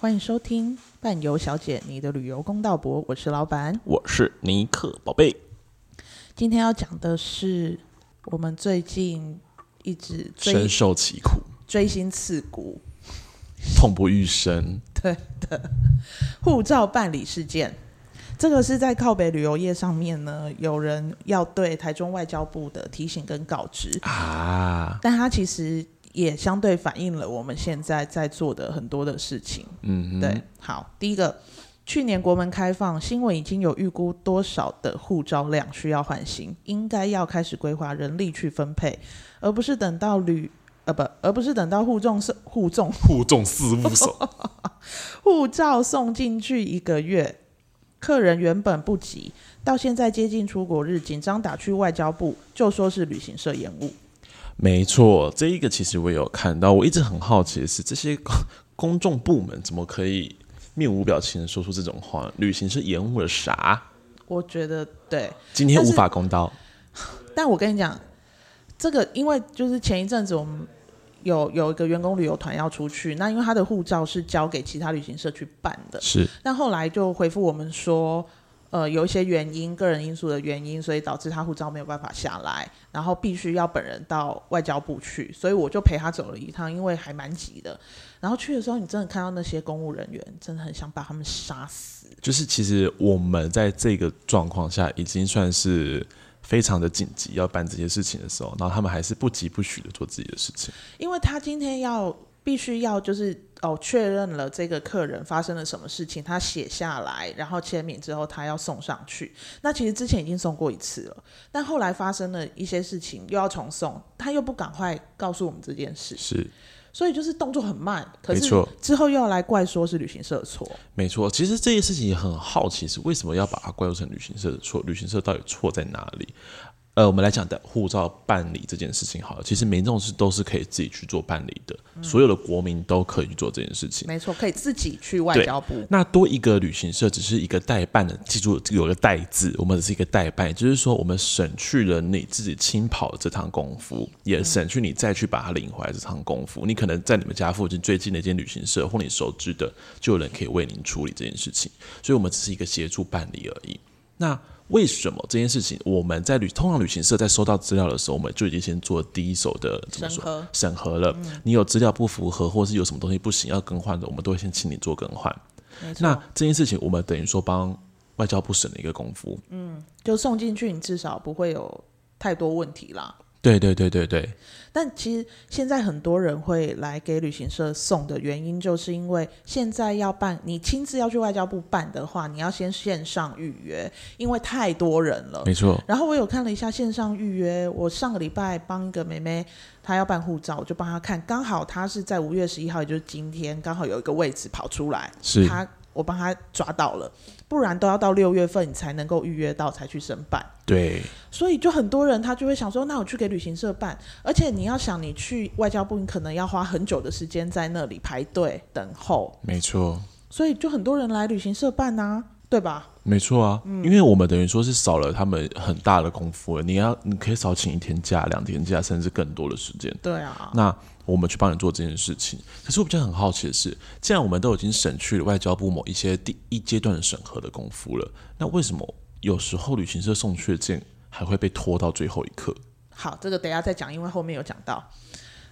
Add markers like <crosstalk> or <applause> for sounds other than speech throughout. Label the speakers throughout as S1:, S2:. S1: 欢迎收听《伴游小姐你的旅游公道博》，我是老板。
S2: 我是尼克宝贝，
S1: 今天要讲的是我们最近一直追
S2: 深受其苦，
S1: 追星刺骨，
S2: 痛不欲生。
S1: 对的，护照办理事件。这个是在靠北旅游业上面呢，有人要对台中外交部的提醒跟告知，
S2: 啊，
S1: 但它其实也相对反映了我们现在在做的很多的事情。
S2: 嗯哼，
S1: 对，好，第一个，去年国门开放，新闻已经有预估多少的护照量需要换新，应该要开始规划人力去分配，而不是等到旅呃不，而不是等到护重送护重
S2: 护众四物手，
S1: <laughs> 护照送进去一个月，客人原本不急，到现在接近出国日，紧张打去外交部，就说是旅行社延误。
S2: 没错，这一个其实我有看到，我一直很好奇的是，这些公公众部门怎么可以面无表情的说出这种话？旅行是延误了啥？
S1: 我觉得对，
S2: 今天
S1: 但是
S2: 无法公道，
S1: 但我跟你讲，这个因为就是前一阵子我们有有一个员工旅游团要出去，那因为他的护照是交给其他旅行社去办的，
S2: 是
S1: 但后来就回复我们说，呃，有一些原因，个人因素的原因，所以导致他护照没有办法下来，然后必须要本人到外交部去，所以我就陪他走了一趟，因为还蛮急的。然后去的时候，你真的看到那些公务人员，真的很想把他们杀死。
S2: 就是其实我们在这个状况下已经算是非常的紧急，要办这些事情的时候，然后他们还是不急不徐的做自己的事情。
S1: 因为他今天要必须要就是哦确认了这个客人发生了什么事情，他写下来，然后签名之后他要送上去。那其实之前已经送过一次了，但后来发生了一些事情又要重送，他又不赶快告诉我们这件事，
S2: 是，
S1: 所以就是动作很慢。可
S2: 没
S1: 是
S2: 错
S1: 之后又要来怪说是旅行社的错，
S2: 没错，其实这件事情也很好奇，是为什么要把它归咎成旅行社的错？旅行社到底错在哪里？呃，我们来讲的护照办理这件事情好了，其实民众是都是可以自己去做办理的，所有的国民都可以去做这件事情。
S1: 没错，可以自己去外
S2: 对
S1: 交部。
S2: 那多一个旅行社只是一个代办的，记住有个代字，我们只是一个代办，也就是说我们省去了你自己亲跑这趟功夫，
S1: 嗯
S2: 也省去你再去把它领回来这趟功夫。你可能在你们家附近最近的一间旅行社或你熟知的，就有人可以为您处理这件事情，所以我们只是一个协助办理而已。那为什么这件事情我们在旅通常旅行社在收到资料的时候，我们就已经先做第一手的怎么
S1: 审
S2: 说
S1: 核嗯
S2: 审核了？你有资料不符合，或是有什么东西不行要更换的，我们都会先请你做更换。
S1: 没错
S2: 那这件事情，我们等于说帮外交部省了一个功夫。
S1: 就送进去，你至少不会有太多问题啦。
S2: 对对对对对，
S1: 但其实现在很多人会来给旅行社送的原因，就是因为现在要办，你亲自要去外交部办的话，你要先线上预约，因为太多人了。
S2: 没错。
S1: 然后我有看了一下线上预约，我上个礼拜帮一个妹妹，她要办护照，我就帮她看，刚好她是在五月十一号，也就是今天，刚好有一个位置跑出来，
S2: 是
S1: 她我帮她抓到了，不然都要到六月份你才能够预约到才去申办。
S2: 对，
S1: 所以就很多人他就会想说，那我去给旅行社办，而且你要想，你去外交部，你可能要花很久的时间在那里排队等候，
S2: 没错，
S1: 所以就很多人来旅行社办呐、对吧？
S2: 没错啊。因为我们等于说是少了他们很大的功夫了。你要，你可以少请一天假、两天假，甚至更多的时间。
S1: 对啊，
S2: 那我们去帮你做这件事情。可是我比较很好奇的是，既然我们都已经省去了外交部某一些第一阶段的审核的功夫了，那为什么有时候旅行社送去的件还会被拖到最后一刻？
S1: 好，这个等一下再讲，因为后面有讲到。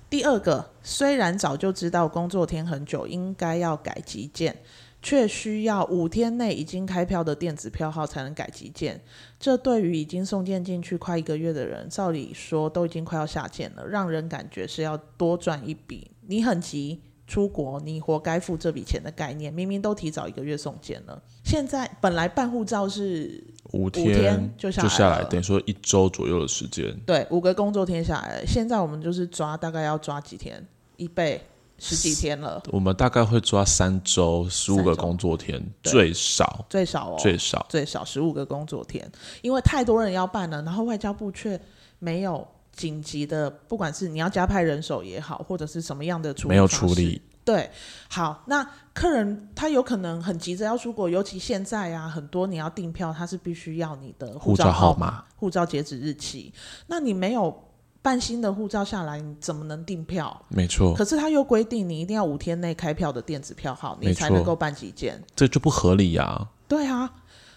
S1: 第二个，虽然早就知道工作天很久，应该要改急件，却需要五天内已经开票的电子票号才能改急件。这对于已经送件进去快一个月的人，照理说都已经快要下件了，让人感觉是要多赚一笔。你很急。出国，你活该付这笔钱的概念，明明都提早一个月送件了。现在本来办护照是
S2: 五
S1: 天就
S2: 就
S1: 下
S2: 下
S1: 来了
S2: 等于说一周左右的时间，
S1: 对，五个工作天下来，现在我们就是抓大概要抓几天，一倍十几天了，
S2: 我们大概会抓三周、十五
S1: 三周
S2: 个工作天，
S1: 对
S2: 最少
S1: 最少哦，
S2: 最少。
S1: 最少十五个工作天，因为太多人要办了，然后外交部却没有紧急的，不管是你要加派人手也好，或者是什么样的处理
S2: 没有
S1: 方
S2: 处
S1: 式
S2: 理，
S1: 对，好，那客人他有可能很急着要出国，尤其现在啊，很多你要订票，他是必须要你的
S2: 护
S1: 照
S2: 照
S1: 号
S2: 号码、
S1: 护照截止日期。那你没有办新的护照下来，你怎么能订票？
S2: 没错，
S1: 可是他又规定你一定要五天内开票的电子票号，你
S2: 没
S1: 才
S2: 错
S1: 能够办几件。
S2: 这就不合理呀、
S1: 对啊，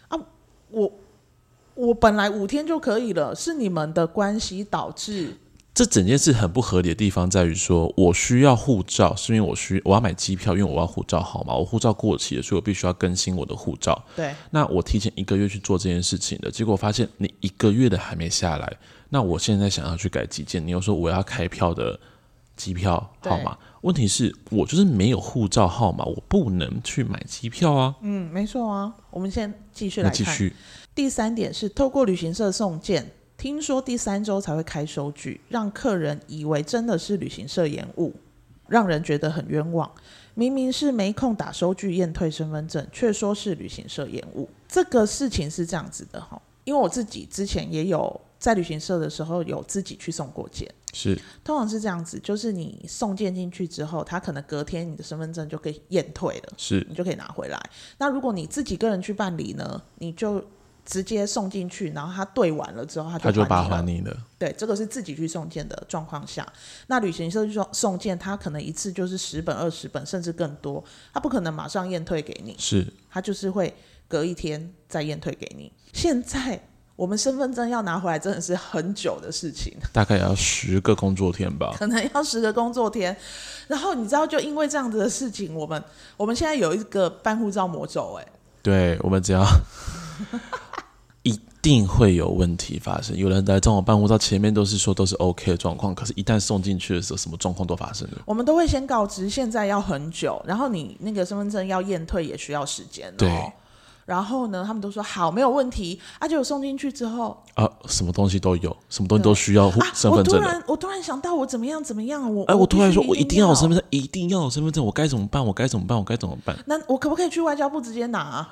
S1: 啊，我我本来五天就可以了，是你们的关系导致。
S2: 这整件事很不合理的地方在于说，我需要护照，是因为我需我要买机票，因为我要护照号码，我护照过期了，所以我必须要更新我的护照。
S1: 对，
S2: 那我提前一个月去做这件事情的，结果发现你一个月的还没下来，那我现在想要去改几件，你又说我要开票的机票号码，问题是我就是没有护照号码，我不能去买机票啊。
S1: 嗯，没错啊。我们先继续
S2: 那
S1: 来
S2: 继
S1: 看。
S2: 续，
S1: 第三点是透过旅行社送件，听说第三周才会开收据，让客人以为真的是旅行社延误，让人觉得很冤枉。明明是没空打收据验退身份证，却说是旅行社延误。这个事情是这样子的哈，因为我自己之前也有在旅行社的时候有自己去送过件，
S2: 是
S1: 通常是这样子，就是你送件进去之后，他可能隔天你的身份证就可以验退了。
S2: 是
S1: 你就可以拿回来。那如果你自己个人去办理呢，你就直接送进去，然后他对完了之后，他
S2: 他就
S1: 就
S2: 把
S1: 还
S2: 还
S1: 你了。
S2: 你了，
S1: 对，这个是自己去送件的状况下，那旅行社去送送件，他可能一次就是十本、二十本，甚至更多，他不可能马上验退给你，
S2: 是
S1: 他就是会隔一天再验退给你。现在我们身份证要拿回来，真的是很久的事情。 <laughs>
S2: 大概也要十个工作天吧。
S1: 可能要十个工作天。然后你知道，就因为这样子的事情，我们我们现在有一个办护照魔咒、哎，
S2: 对我们只要 <laughs> 一定会有问题发生。有人来找我办护照，前面都是说都是 OK 的状况，可是一旦送进去的时候，什么状况都发生了。
S1: 我们都会先告知现在要很久，然后你那个身份证要验退也需要时间、哦。
S2: 对。
S1: 然后呢，他们都说好，没有问题。啊，结果送进去之后
S2: 啊，什么东西都有，什么东西都需要护
S1: 啊，
S2: 身
S1: 我
S2: 份
S1: 突
S2: 证的。
S1: 然我突然想到我怎么样怎么样，我
S2: 哎，我突然说，我
S1: 一
S2: 一定要有身
S1: 证。
S2: 份证，一定要有身份证，我该怎么办？我该怎么办？我该怎么办？
S1: 那我可不可以去外交部直接拿、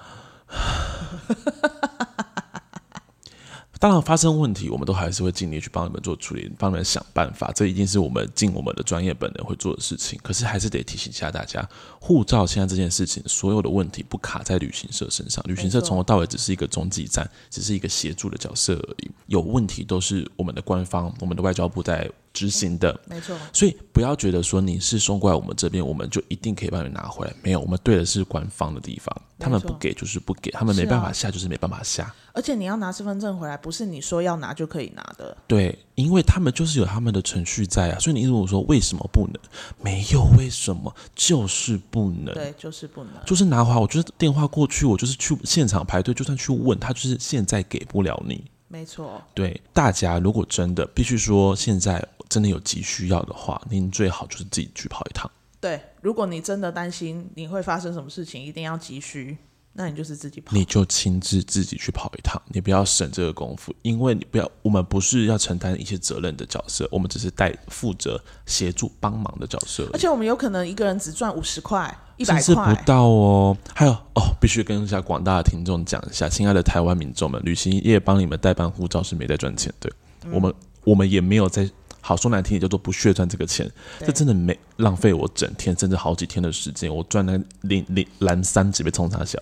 S2: 当然，发生问题，我们都还是会尽力去帮你们做处理，帮你们想办法。这一定是我们尽我们的专业本能会做的事情。可是，还是得提醒一下大家，护照现在这件事情，所有的问题不卡在旅行社身上。旅行社
S1: 没错
S2: 从头到尾只是一个中继站，只是一个协助的角色而已。有问题都是我们的官方、我们的外交部在执行的。
S1: 没错，
S2: 所以不要觉得说你是送过来我们这边，我们就一定可以帮你拿回来。没有，我们对的是官方的地方，他们不给就是不给，他们没办法下就是没办法下。
S1: 而且你要拿身份证回来，不是你说要拿就可以拿的。
S2: 对，因为他们就是有他们的程序在啊。所以你如果说为什么不能，没有为什么，就是不能。
S1: 对，就是不能。
S2: 就是拿回来，我就是电话过去，我就是去现场排队，就算去问他，就是现在给不了你。
S1: 没错，
S2: 对大家，如果真的必须说现在真的有急需要的话，您最好就是自己去跑一趟。
S1: 对，如果你真的担心你会发生什么事情，一定要急需，那你就是自己跑。
S2: 你就亲自自己去跑一趟，你不要省这个功夫，因为你不要，我们不是要承担一些责任的角色，我们只是带负责协助帮忙的角色而
S1: 而
S2: 已，
S1: 且我们有可能一个人只赚五十块、一
S2: 甚
S1: 百
S2: 至不
S1: 块，
S2: 到哦。还有哦，必须跟一下广大的听众讲一下，亲爱的台湾民众们，旅行业帮你们代办护照是没在赚钱的，
S1: 嗯
S2: 我们我们也没有在。好说难听点叫做不屑赚这个钱，这
S1: 对
S2: 真的没浪费我整天甚至好几天的时间，我赚那零零蓝三几被冲啥小，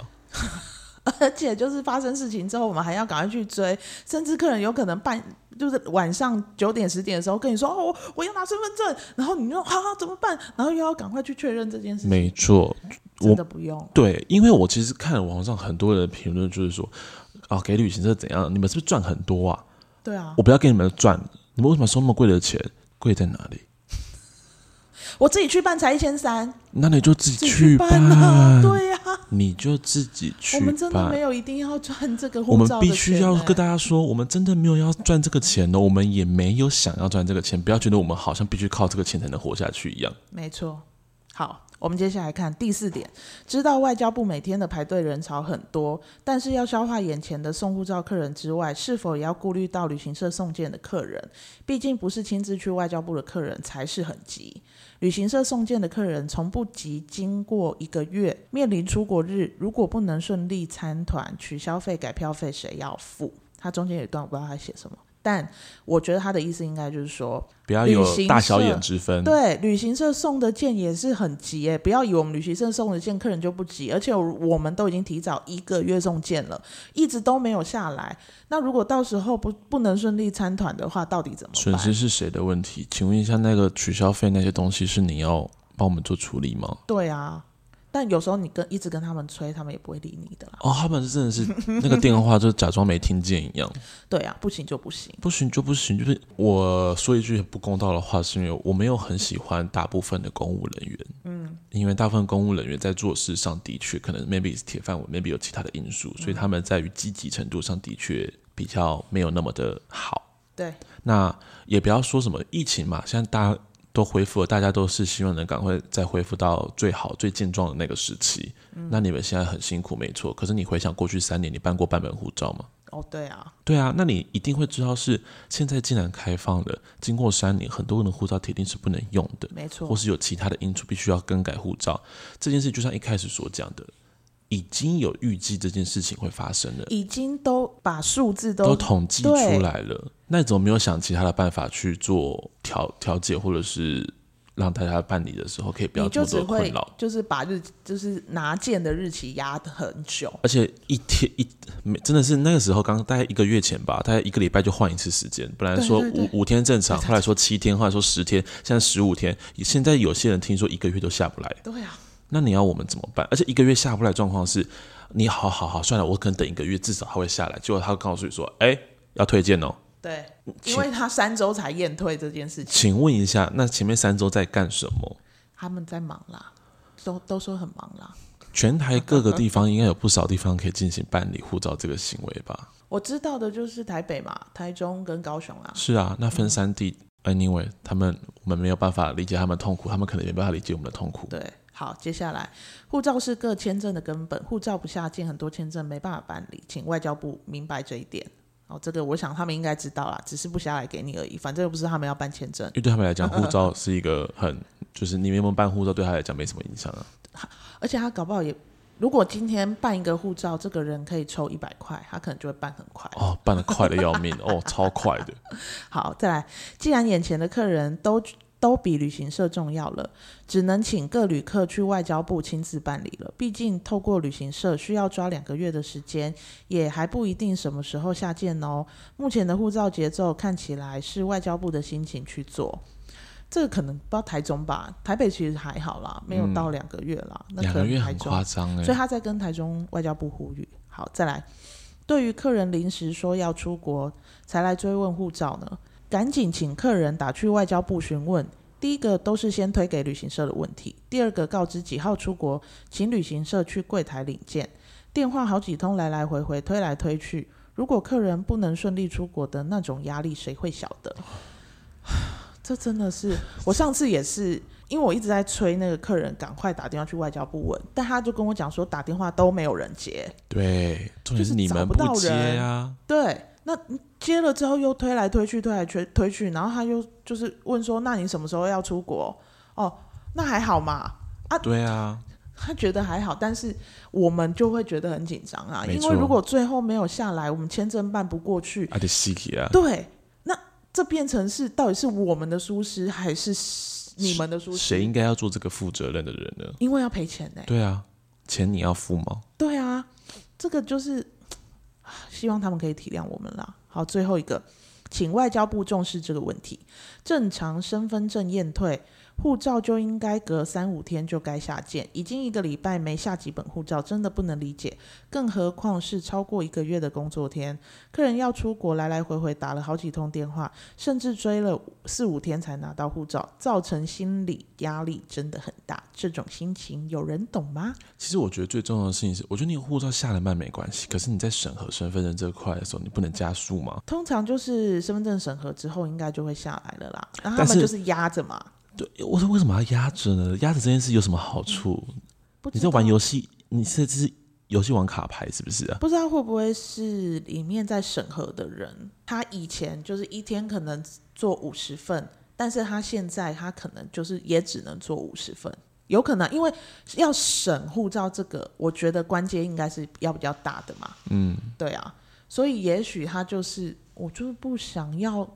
S1: 而且就是发生事情之后，我们还要赶快去追，甚至客人有可能半就是晚上九点十点的时候跟你说哦，我我要拿身份证，然后你就哈哈、怎么办？然后又要赶快去确认这件事情，
S2: 没错，我
S1: 真的不用。
S2: 对，因为我其实看网上很多人的评论，就是说，啊，给旅行社怎样？你们是不是赚很多啊？
S1: 对啊，
S2: 我不要给你们赚，你们为什么收那么贵的钱？贵在哪里？
S1: 我自己去办才一千三，
S2: 那你就自
S1: 自
S2: 己
S1: 己去
S2: 去
S1: 办啊，对呀、
S2: 你就自己去
S1: 我们真的
S2: 办
S1: 没。有一定要赚这个
S2: 我
S1: 护
S2: 们
S1: 照的
S2: 必
S1: 钱、
S2: 须要
S1: 欸
S2: 跟大家说，我们真的没有要赚这个钱哦的，我们也没有想要赚这个钱。不要觉得我们好像必须靠这个钱才能活下去一样。
S1: 没错。好，我们接下来看第四点，知道外交部每天的排队人潮很多，但是要消化眼前的送护照客人之外，是否也要顾虑到旅行社送件的客人？毕竟不是亲自去外交部的客人才是很急。旅行社送件的客人从不及经过一个月，面临出国日，如果不能顺利参团，取消费、改票费谁要付？他中间有一段我不知道他写什么，但我觉得他的意思应该就是说，
S2: 不要
S1: 旅
S2: 有
S1: 行
S2: 大小
S1: 社
S2: 眼之分。
S1: 对，旅行社送的件也是很急耶，不要以为我们旅行社送的件客人就不急，而且我们都已经提早一个月送件了，一直都没有下来。那如果到时候不不能顺利参团的话，到底怎么
S2: 损失
S1: 办？
S2: 是谁的问题？请问一下，那个取消费那些东西是你要帮我们做处理吗？
S1: 对啊，但有时候你跟一直跟他们催，他们也不会理你的啦。
S2: 哦，他们真的是那个电话就假装没听见一样，
S1: 对啊，不行就不行。
S2: 不行就不行。就是我说一句不公道的话，是因为我没有很喜欢大部分的公务人员，嗯，因为大部分公务人员在做事上的确可能 maybe 是铁饭碗，maybe 有其他的因素，所以他们在于积极程度上的确比较没有那么的好。
S1: 对，
S2: 那也不要说什么疫情嘛，现在大家都恢复了，大家都是希望能赶快再恢复到最好、最健壮的那个时期。那你们现在很辛苦，没错。可是你回想过去三年，你办过半本护照吗？
S1: 哦对啊，
S2: 对啊，那你一定会知道是现在既然开放了，经过三年，很多人的护照铁定是不能用的。
S1: 没
S2: 或
S1: 错，
S2: 是有其他的因素必须要更改护照，这件事就像一开始所讲的，已经有预计这件事情会发生了，
S1: 已经都把数字
S2: 都
S1: 都
S2: 统计出来了，那你怎么没有想其他的办法去做调调解，或者是让大家办理的时候可以不要
S1: 你就
S2: 这么
S1: 只
S2: 多困
S1: 会
S2: 扰？
S1: 就是把日就是拿件的日期压得很久。
S2: 而且一天一没真的是那个时候刚大概一个月前吧，大概一个礼拜就换一次时间。本来说
S1: 对对
S2: 五五天正常，后来说七天，后来说十天，现在十五天。现在有些人听说一个月都下不来，
S1: 对啊，
S2: 那你要我们怎么办？而且一个月下不来的状况是，你好好好算了，我可能等一个月至少他会下来。结果他告诉你说，哎、要推荐哦，
S1: 对，因
S2: 请
S1: 为他三周才验退这件事情。
S2: 请问一下，那前面三周在干什么？
S1: 他们在忙啦，都都说很忙啦。
S2: 全台各个地方应该有不少地方可以进行办理护照这个行为吧？
S1: 我知道的就是台北嘛、台中跟高雄啊。
S2: 是啊，那分三地，anyway，他们我们没有办法理解他们痛苦，他们可能也没办法理解我们的痛苦。
S1: 对，好，接下来护照是各签证的根本，护照不下件，很多签证没办法办理，请外交部明白这一点。哦，这个我想他们应该知道啦，只是不下来给你而已，反正又不是他们要办签证，
S2: 因为对他们来讲，护照是一个很，就是你有没有办护照，对他来讲没什么影响啊。
S1: 而且他搞不好也，如果今天办一个护照，这个人可以抽一百块，他可能就会办很快。
S2: 哦，办的快的要命，
S1: <laughs>
S2: 哦，超快的。
S1: 好，再来，既然眼前的客人都都比旅行社重要了，只能请各旅客去外交部亲自办理了。毕竟透过旅行社需要抓两个月的时间，也还不一定什么时候下件哦。目前的护照节奏看起来是外交部的心情去做。这个可能不知道台中吧，台北其实还好啦，没有到两个月啦。那
S2: 嗯两
S1: 可
S2: 个
S1: 能
S2: 月
S1: 台
S2: 很
S1: 中
S2: 夸张哎、
S1: 所以他在跟台中外交部呼吁。好，再来，对于客人临时说要出国才来追问护照呢，赶紧请客人打去外交部询问。第一个都是先推给旅行社的问题，第二个告知几号出国，请旅行社去柜台领件。电话好几通来来回回推来推去，如果客人不能顺利出国的那种压力，谁会晓得？ <laughs> 这真的是，我上次也是，因为我一直在催那个客人赶快打电话去外交部问，但他就跟我讲说打电话都没有人接。
S2: 对，重点
S1: 就是
S2: 是你
S1: 找
S2: 们
S1: 不到
S2: 接
S1: 人
S2: 啊，
S1: 对，那接了之后又推来推去，推来推推去，然后他又就是问说，那你什么时候要出国？哦，那还好嘛。 <laughs>
S2: 对啊，
S1: 他觉得还好，但是我们就会觉得很紧张啊，
S2: 没
S1: 因
S2: 错
S1: 为如果最后没有下来，我们签证办不过去，
S2: 而且西奇啊，
S1: 对，那这变成是到底是我们的疏失还是你们的疏失？
S2: 谁应该要做这个负责任的人呢？
S1: 因为要赔钱呢、
S2: 对啊，钱你要付吗？
S1: 对啊，这个就是 <sighs> 唉希望他们可以体谅我们啦。好，最后一个，请外交部重视这个问题。正常身份证验退，护照就应该隔三五天就该下件，已经一个礼拜没下几本护照，真的不能理解，更何况是超过一个月的工作天。客人要出国，来来回回打了好几通电话，甚至追了四五天才拿到护照，造成心理压力真的很大。这种心情有人懂吗？
S2: 其实我觉得最重要的事情是，我觉得你护照下得慢没关系，可是你在审核身份证这块的时候，你不能加速吗？
S1: 通常就是身份证审核之后，应该就会下来了啦。然后他
S2: 但是
S1: 们就是压着嘛，
S2: 对，我说为什么要压着呢？压着这件事有什么好处？
S1: 不
S2: 你
S1: 知道
S2: 在玩游戏，你是这是游戏玩卡牌是不是啊？
S1: 不知道会不会是里面在审核的人，他以前就是一天可能做五十份，但是他现在他可能就是也只能做五十份，有可能因为要审护照这个，我觉得关节应该是要比较大的嘛。嗯，对啊，所以也许他就是我就是不想要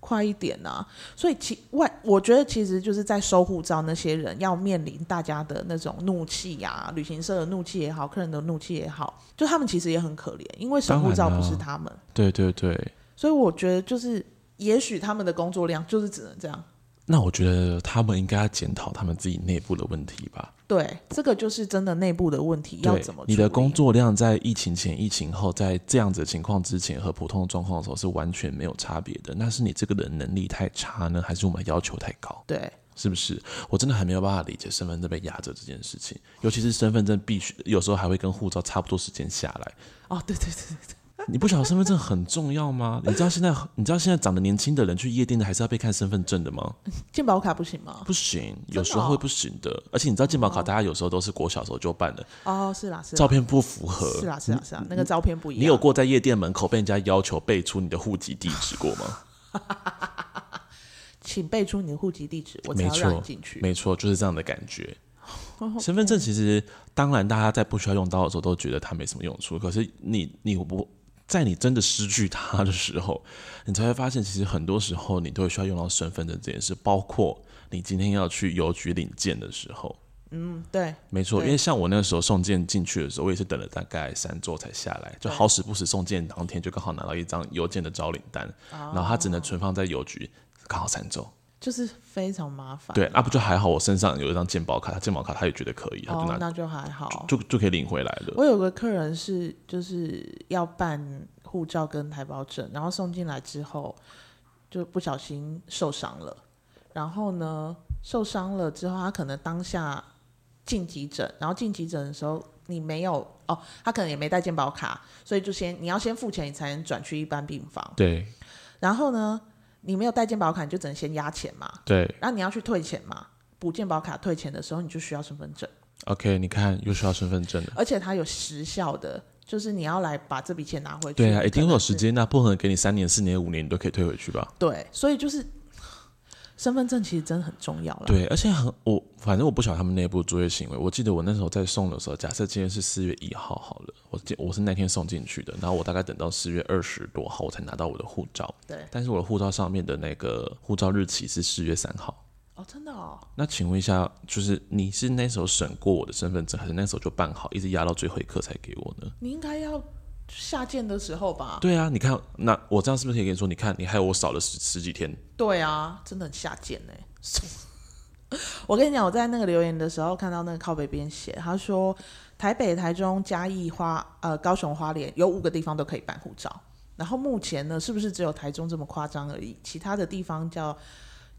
S1: 快一点啊。所以其外，我觉得其实就是在收护照那些人要面临大家的那种怒气呀、旅行社的怒气也好，客人的怒气也好，就他们其实也很可怜，因为收护照
S2: 当然
S1: 不
S2: 啦
S1: 是他们，
S2: 对对对。
S1: 所以我觉得就是也许他们的工作量就是只能这样。
S2: 那我觉得他们应该要检讨他们自己内部的问题吧。
S1: 对，这个就是真的内部的问题，要
S2: 对
S1: 怎么
S2: 你的
S1: 处理
S2: 工作量在疫情前、疫情后，在这样子的情况之前和普通状况的时候是完全没有差别的。那是你这个人能力太差呢，还是我们要求太高？
S1: 对
S2: 是不是？我真的还没有办法理解身份证被压着这件事情，尤其是身份证必须有时候还会跟护照差不多时间下来。
S1: 哦，对对对对
S2: 你不晓得身份证很重要吗？你知道现在你知道现在长得年轻的人去夜店的还是要被看身份证的吗？
S1: 对，健保卡不行吗？
S2: 不行，
S1: 嗯的
S2: 有
S1: 哦
S2: 时候会不行的。而且你知道健保卡，大家有时候都是国小时候就办的，
S1: 哦，是啦是啦
S2: 照片不符合。
S1: 是啊啦是啦是啦，那个照片不一样。
S2: 你有过在夜店门口被人家要求背出你的户籍地址过吗？
S1: 请备出你的户籍地址，我才
S2: 没
S1: 要让你
S2: 错
S1: 进，去。
S2: 没错，就是这样的感
S1: <laughs>
S2: 觉。身份证其实，当然大家在不需要用到的时候都觉得它没什么用处，可是你你不在你真的失去它的时候，你才会发现，其实很多时候你都会需要用到身份证这件事，包括你今天要去邮局领件的时候。
S1: 嗯，对，
S2: 没错，
S1: 对
S2: 因为像我那个时候送件进去的时候，我也是等了大概三周才下来，就好死不死送件当天就刚好拿到一张邮件的招领单，
S1: 哦
S2: 然后它只能存放在邮局，刚好三周。
S1: 就是非常麻烦。
S2: 对，啊那、不就还好？我身上有一张健保卡，他健保卡他也觉得可以，他就
S1: 哦，
S2: 拿、
S1: 那就还好。
S2: 就呃就可以领回来了。
S1: 我有个客人是就是要办护照跟台胞证，然后送进来之后就不小心受伤了，然后呢受伤了之后，他可能当下进急诊，然后进急诊的时候你没有哦，他可能也没带健保卡，所以就先你要先付钱，你才能转去一般病房。
S2: 对
S1: 然后呢，你没有带健保卡，你就只能先压钱嘛，
S2: 对
S1: 然后你要去退钱嘛，补健保卡退钱的时候，你就需要身份证，
S2: ，OK，你看又需要身份证了。
S1: 而且它有时效的，就是你要来把这笔钱拿回去。
S2: 对啊，一定会有
S1: 可能是
S2: 时。间啊，不可能给你三年、四年、五年，你都可以退回去吧？
S1: 对，所以就是身份证其实真的很重要了。，
S2: 对，而且很我反正我不晓得他们内部作业行为。我记得我那时候在送的时候，假设今天是四月一号好了，我记我是那天送进去的，然后我大概等到四月二十多号我才拿到我的护照。
S1: 对，
S2: 但是我的护照上面的那个护照日期是四月三号。
S1: 哦，真的哦，
S2: 那请问一下，就是你是那时候审过我的身份证，还是那时候就办好，一直压到最后一刻才给我呢？
S1: 你应该要下件的时候吧？
S2: 对啊，你看，那我这样是不是可以跟你说，你看，你害我少了十十几天？
S1: 对啊，真的很下贱呢、 <laughs> 我跟你讲，我在那个留言的时候看到那个靠北边写，他说台北、台中、嘉义、花呃高雄、花莲有五个地方都可以办护照，然后目前呢是不是只有台中这么夸张而已？其他的地方叫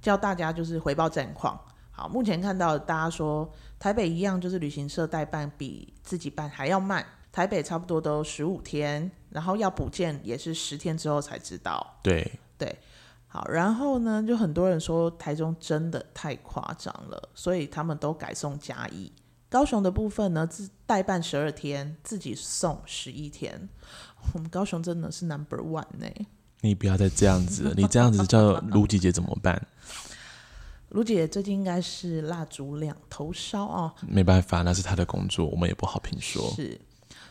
S1: 叫大家就是回报战况。好，目前看到大家说台北一样，就是旅行社代办比自己办还要慢，台北差不多都十五天，然后要补件也是十天之后才知道。
S2: 对，
S1: 好，然后呢，就很多人说台中真的太夸张了，所以他们都改送加一。高雄的部分呢，自代办十二天，自己送十一天。我们高雄真的是 number one 呢、
S2: 你不要再这样子了，你这样子叫卢姐姐怎么办？ <laughs>
S1: 卢姐最近应该是蜡烛两头烧哦，
S2: 没办法，那是她的工作，我们也不好评说。
S1: 是，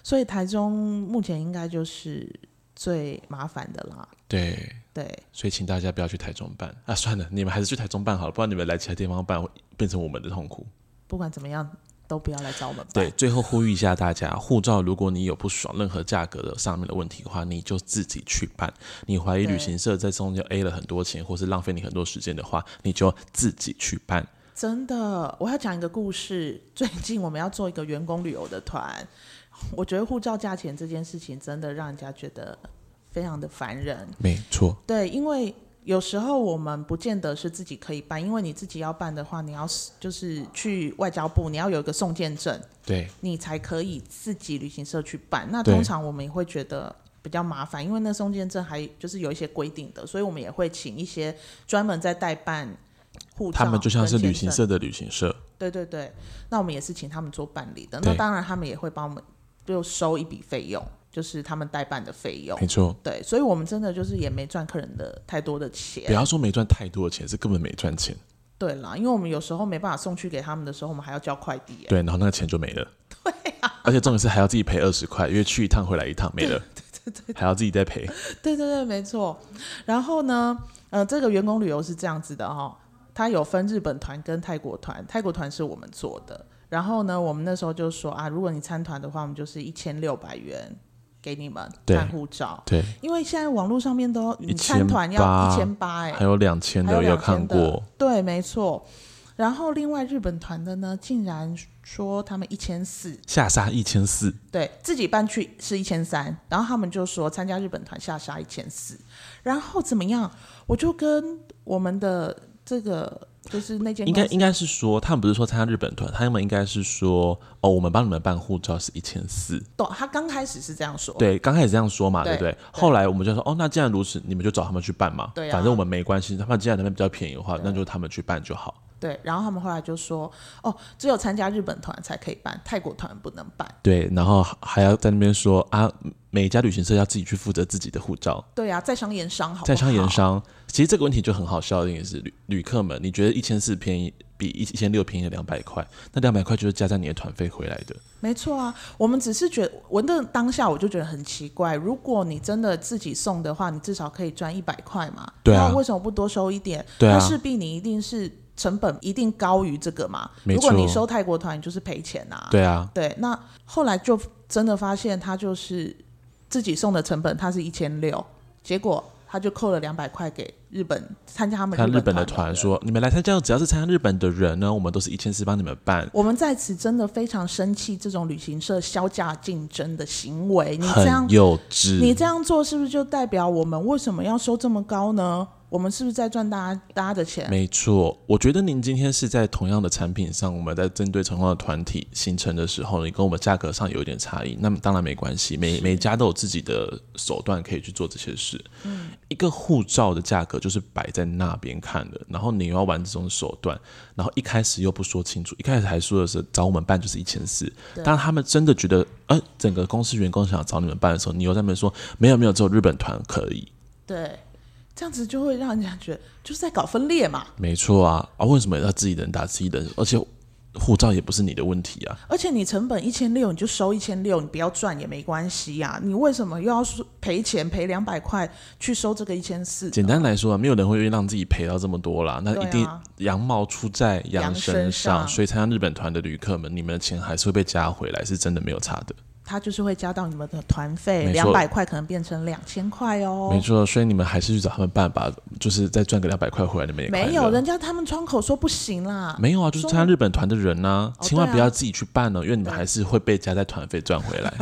S1: 所以台中目前应该就是最麻烦的啦。
S2: 对，
S1: 对，
S2: 所以请大家不要去台中办啊！算了，你们还是去台中办好了，不然你们来其他地方办会变成我们的痛苦。
S1: 不管怎么样，都不要来找我们办。
S2: 对，最后呼吁一下大家，护照如果你有不爽任何价格的上面的问题的话，你就自己去办。你怀疑
S1: 对
S2: 旅行社在中间 A 了很多钱，或是浪费你很多时间的话，你就自己去办。
S1: 真的，我要讲一个故事。最近我们要做一个员工旅游的团，我觉得护照价钱这件事情真的让人家觉得非常的烦人。
S2: 没错，
S1: 对，因为有时候我们不见得是自己可以办，因为你自己要办的话，你要是就是去外交部，你要有一个送件证，
S2: 对
S1: 你才可以自己旅行社去办。那
S2: 对
S1: 通常我们也会觉得比较麻烦，因为那送件证还就是有一些规定的，所以我们也会请一些专门在代办护照，
S2: 他们就像是旅行。社的旅行社，
S1: 对对对，那我们也是请他们做办理的。
S2: 对
S1: 那当然，他们也会帮我们就收一笔费用，就是他们代办的费用
S2: 没。错。
S1: 对，所以我们真的就是也没赚客人的太多的
S2: 不
S1: 钱。
S2: 要说没赚太多的钱，是根本没赚钱。
S1: 对啦，因为我们有时候没办法送去给他们的时候，我们还要叫快递耶。 <laughs>
S2: 对，然后那个钱就没了。对啊。而且重点是还要自己赔二十块，因为去一趟回来一趟没了。还要自己再赔。
S1: 对对对，没错。然后呢，呃，这个员工旅游是这样子的哦，它有分日本团跟泰国团，泰国团是我们做的。然后呢，我们那时候就说啊，如果你参团的话，我们就是一千六百元给你们
S2: 对
S1: 看护照，
S2: 对，
S1: 因为现在网络上面都你参
S2: 1800
S1: 团要一千八哎
S2: 还，有两千
S1: 还有
S2: 的也有
S1: 2000
S2: 看过
S1: 的，对，没错。然后另外日本团的呢，竟然说他们一千四，
S2: 下杀一千四，
S1: 对自己办去是一千三，然后他们就说参加日本团下杀一千四，然后怎么样？我就跟我们的这个就是那间
S2: 应该
S1: 公司
S2: 应该是说他们不是说参加日本团，他们应该是说哦，我们帮你们办护照是一千四，
S1: 懂，他刚开始是这样说，
S2: 对，刚开始这样说嘛，对
S1: 对
S2: 不对
S1: 对？
S2: 后来我们就说哦，那既然如此，你们就找他们去办嘛，
S1: 对啊
S2: 反正我们没关系，他们既然他们比较便宜的话，那就他们去办就好。
S1: 对然后他们后来就说哦，只有参加日本团才可以办，泰国团不能办。
S2: 对，然后还要在那边说啊，每一家旅行社要自己去负责自己的护照，
S1: 对啊，在商言商好不好，
S2: 在商言商，其实这个问题就很好笑，的也是旅旅客们，你觉得一千四便宜，比一一千六便宜了两百块，那两百块就是加在你的团费回来的。
S1: 没错啊，我们只是觉得，我那当下我就觉得很奇怪。如果你真的自己送的话，你至少可以赚一百块嘛。
S2: 对啊
S1: 那为什么不多收一点？
S2: 对啊
S1: 那势必你一定是成本一定高于这个嘛。
S2: 没
S1: 如
S2: 错
S1: 果你收泰国团，你就是赔钱啊。
S2: 对啊，
S1: 对那后来就真的发现他就是自己送的成本，他是一千六，结果他就扣了两百块给日本参加他们
S2: 看日本
S1: 的
S2: 的团
S1: 人
S2: 说，你们来参加，只要是参加日本的人呢，我们都是一千四帮你们办。
S1: 我们在此真的非常生气这种旅行社削价竞争的行为。你这样
S2: 很幼稚，
S1: 你这样做是不是就代表我们为什么要收这么高呢？我们是不是在赚大家大家的钱？
S2: 没错，我觉得您今天是在同样的产品上，我们在针对同样的团体形成的时候，你跟我们价格上有一点差异，那么当然没关系，每每家都有自己的手段可以去做这些事。一个护照的价格就是摆在那边看的，然后你又要玩这种手段，然后一开始又不说清楚，一开始还说的是找我们办就是一千四，当他们真的觉得，呃，整个公司员工想找你们办的时候，你又在那边说没有没有，只有日本团可以。
S1: 对，这样子就会让人家觉得就是在搞分裂嘛。
S2: 没错啊，啊，为什么要自己人打自己人？而且护照也不是你的问题啊，
S1: 而且你成本一千六，你就收一千六，你不要赚也没关系呀、你为什么又要说赔钱赔两百块去收这个一千四？
S2: 简单来说啊，没有人会愿意让自己赔到这么多啦。那
S1: 对啊
S2: 一定羊毛出在羊身
S1: 羊身上
S2: 所以参加日本团的旅客们，你们的钱还是会被加回来，是真的没有差的。
S1: 他就是会加到你们的团费，
S2: 没
S1: 两
S2: 错
S1: 百块可能变成两千块哦。
S2: 没错，所以你们还是去找他们办吧，就是再赚个两百块回来，你们也快乐
S1: 没有，人家他们窗口说不行啦。
S2: 没有啊，就是参加日本团的人呐、
S1: 哦
S2: 千万
S1: 对啊
S2: 不要自己去办哦，因为你们还是会被加在团费赚回来。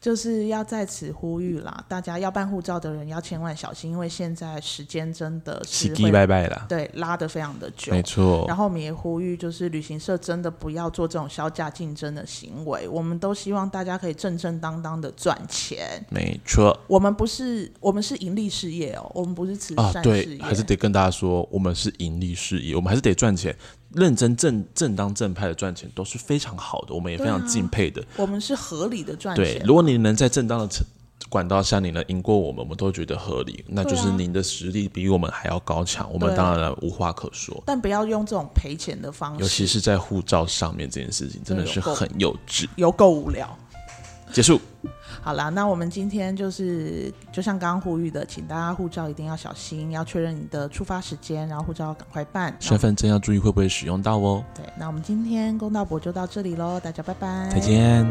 S1: 就是要在此呼吁啦，大家要办护照的人要千万小心，因为现在时间真的
S2: 喜
S1: <laughs> 是
S2: 记
S1: 会
S2: 拜拜啦，
S1: 对拉得非常的久
S2: 没。错。
S1: 然后我们也呼吁，就是旅行社真的不要做这种削价竞争的行为。我们都希望大家可以正正当当的赚钱。
S2: 没错，
S1: 我们不是，我们是盈利事业哦，我们不是慈
S2: 啊，
S1: 善事
S2: 对，
S1: 业。
S2: 还是得跟大家说，我们是盈利事业，我们还是得赚钱，认真正正当正派的赚钱都是非常好的，我们也非
S1: 对
S2: 常
S1: 啊
S2: 敬佩的。
S1: 我们是合理的赚
S2: 对，
S1: 钱。
S2: 如果你能在正当的程管道下，你能赢过我们，我们都觉得合理，那就
S1: 对啊
S2: 是您的实力比我们还要高强，我们
S1: 对啊
S2: 当然无话可说。
S1: 但不要用这种赔钱的方
S2: 尤其
S1: 式，
S2: 是在护照上面这件事情，真的
S1: 啊对有
S2: 是
S1: 够
S2: 很幼稚。
S1: 有够无聊。<laughs>
S2: 结束，
S1: 好啦，那我们今天就是就像刚刚呼吁的，请大家护照一定要小心，要确认你的出发时间，然后护照要赶快办。
S2: 身份证要注意会不会使用到哦。
S1: 对，那我们今天公道博就到这里喽，大家拜拜，
S2: 再见。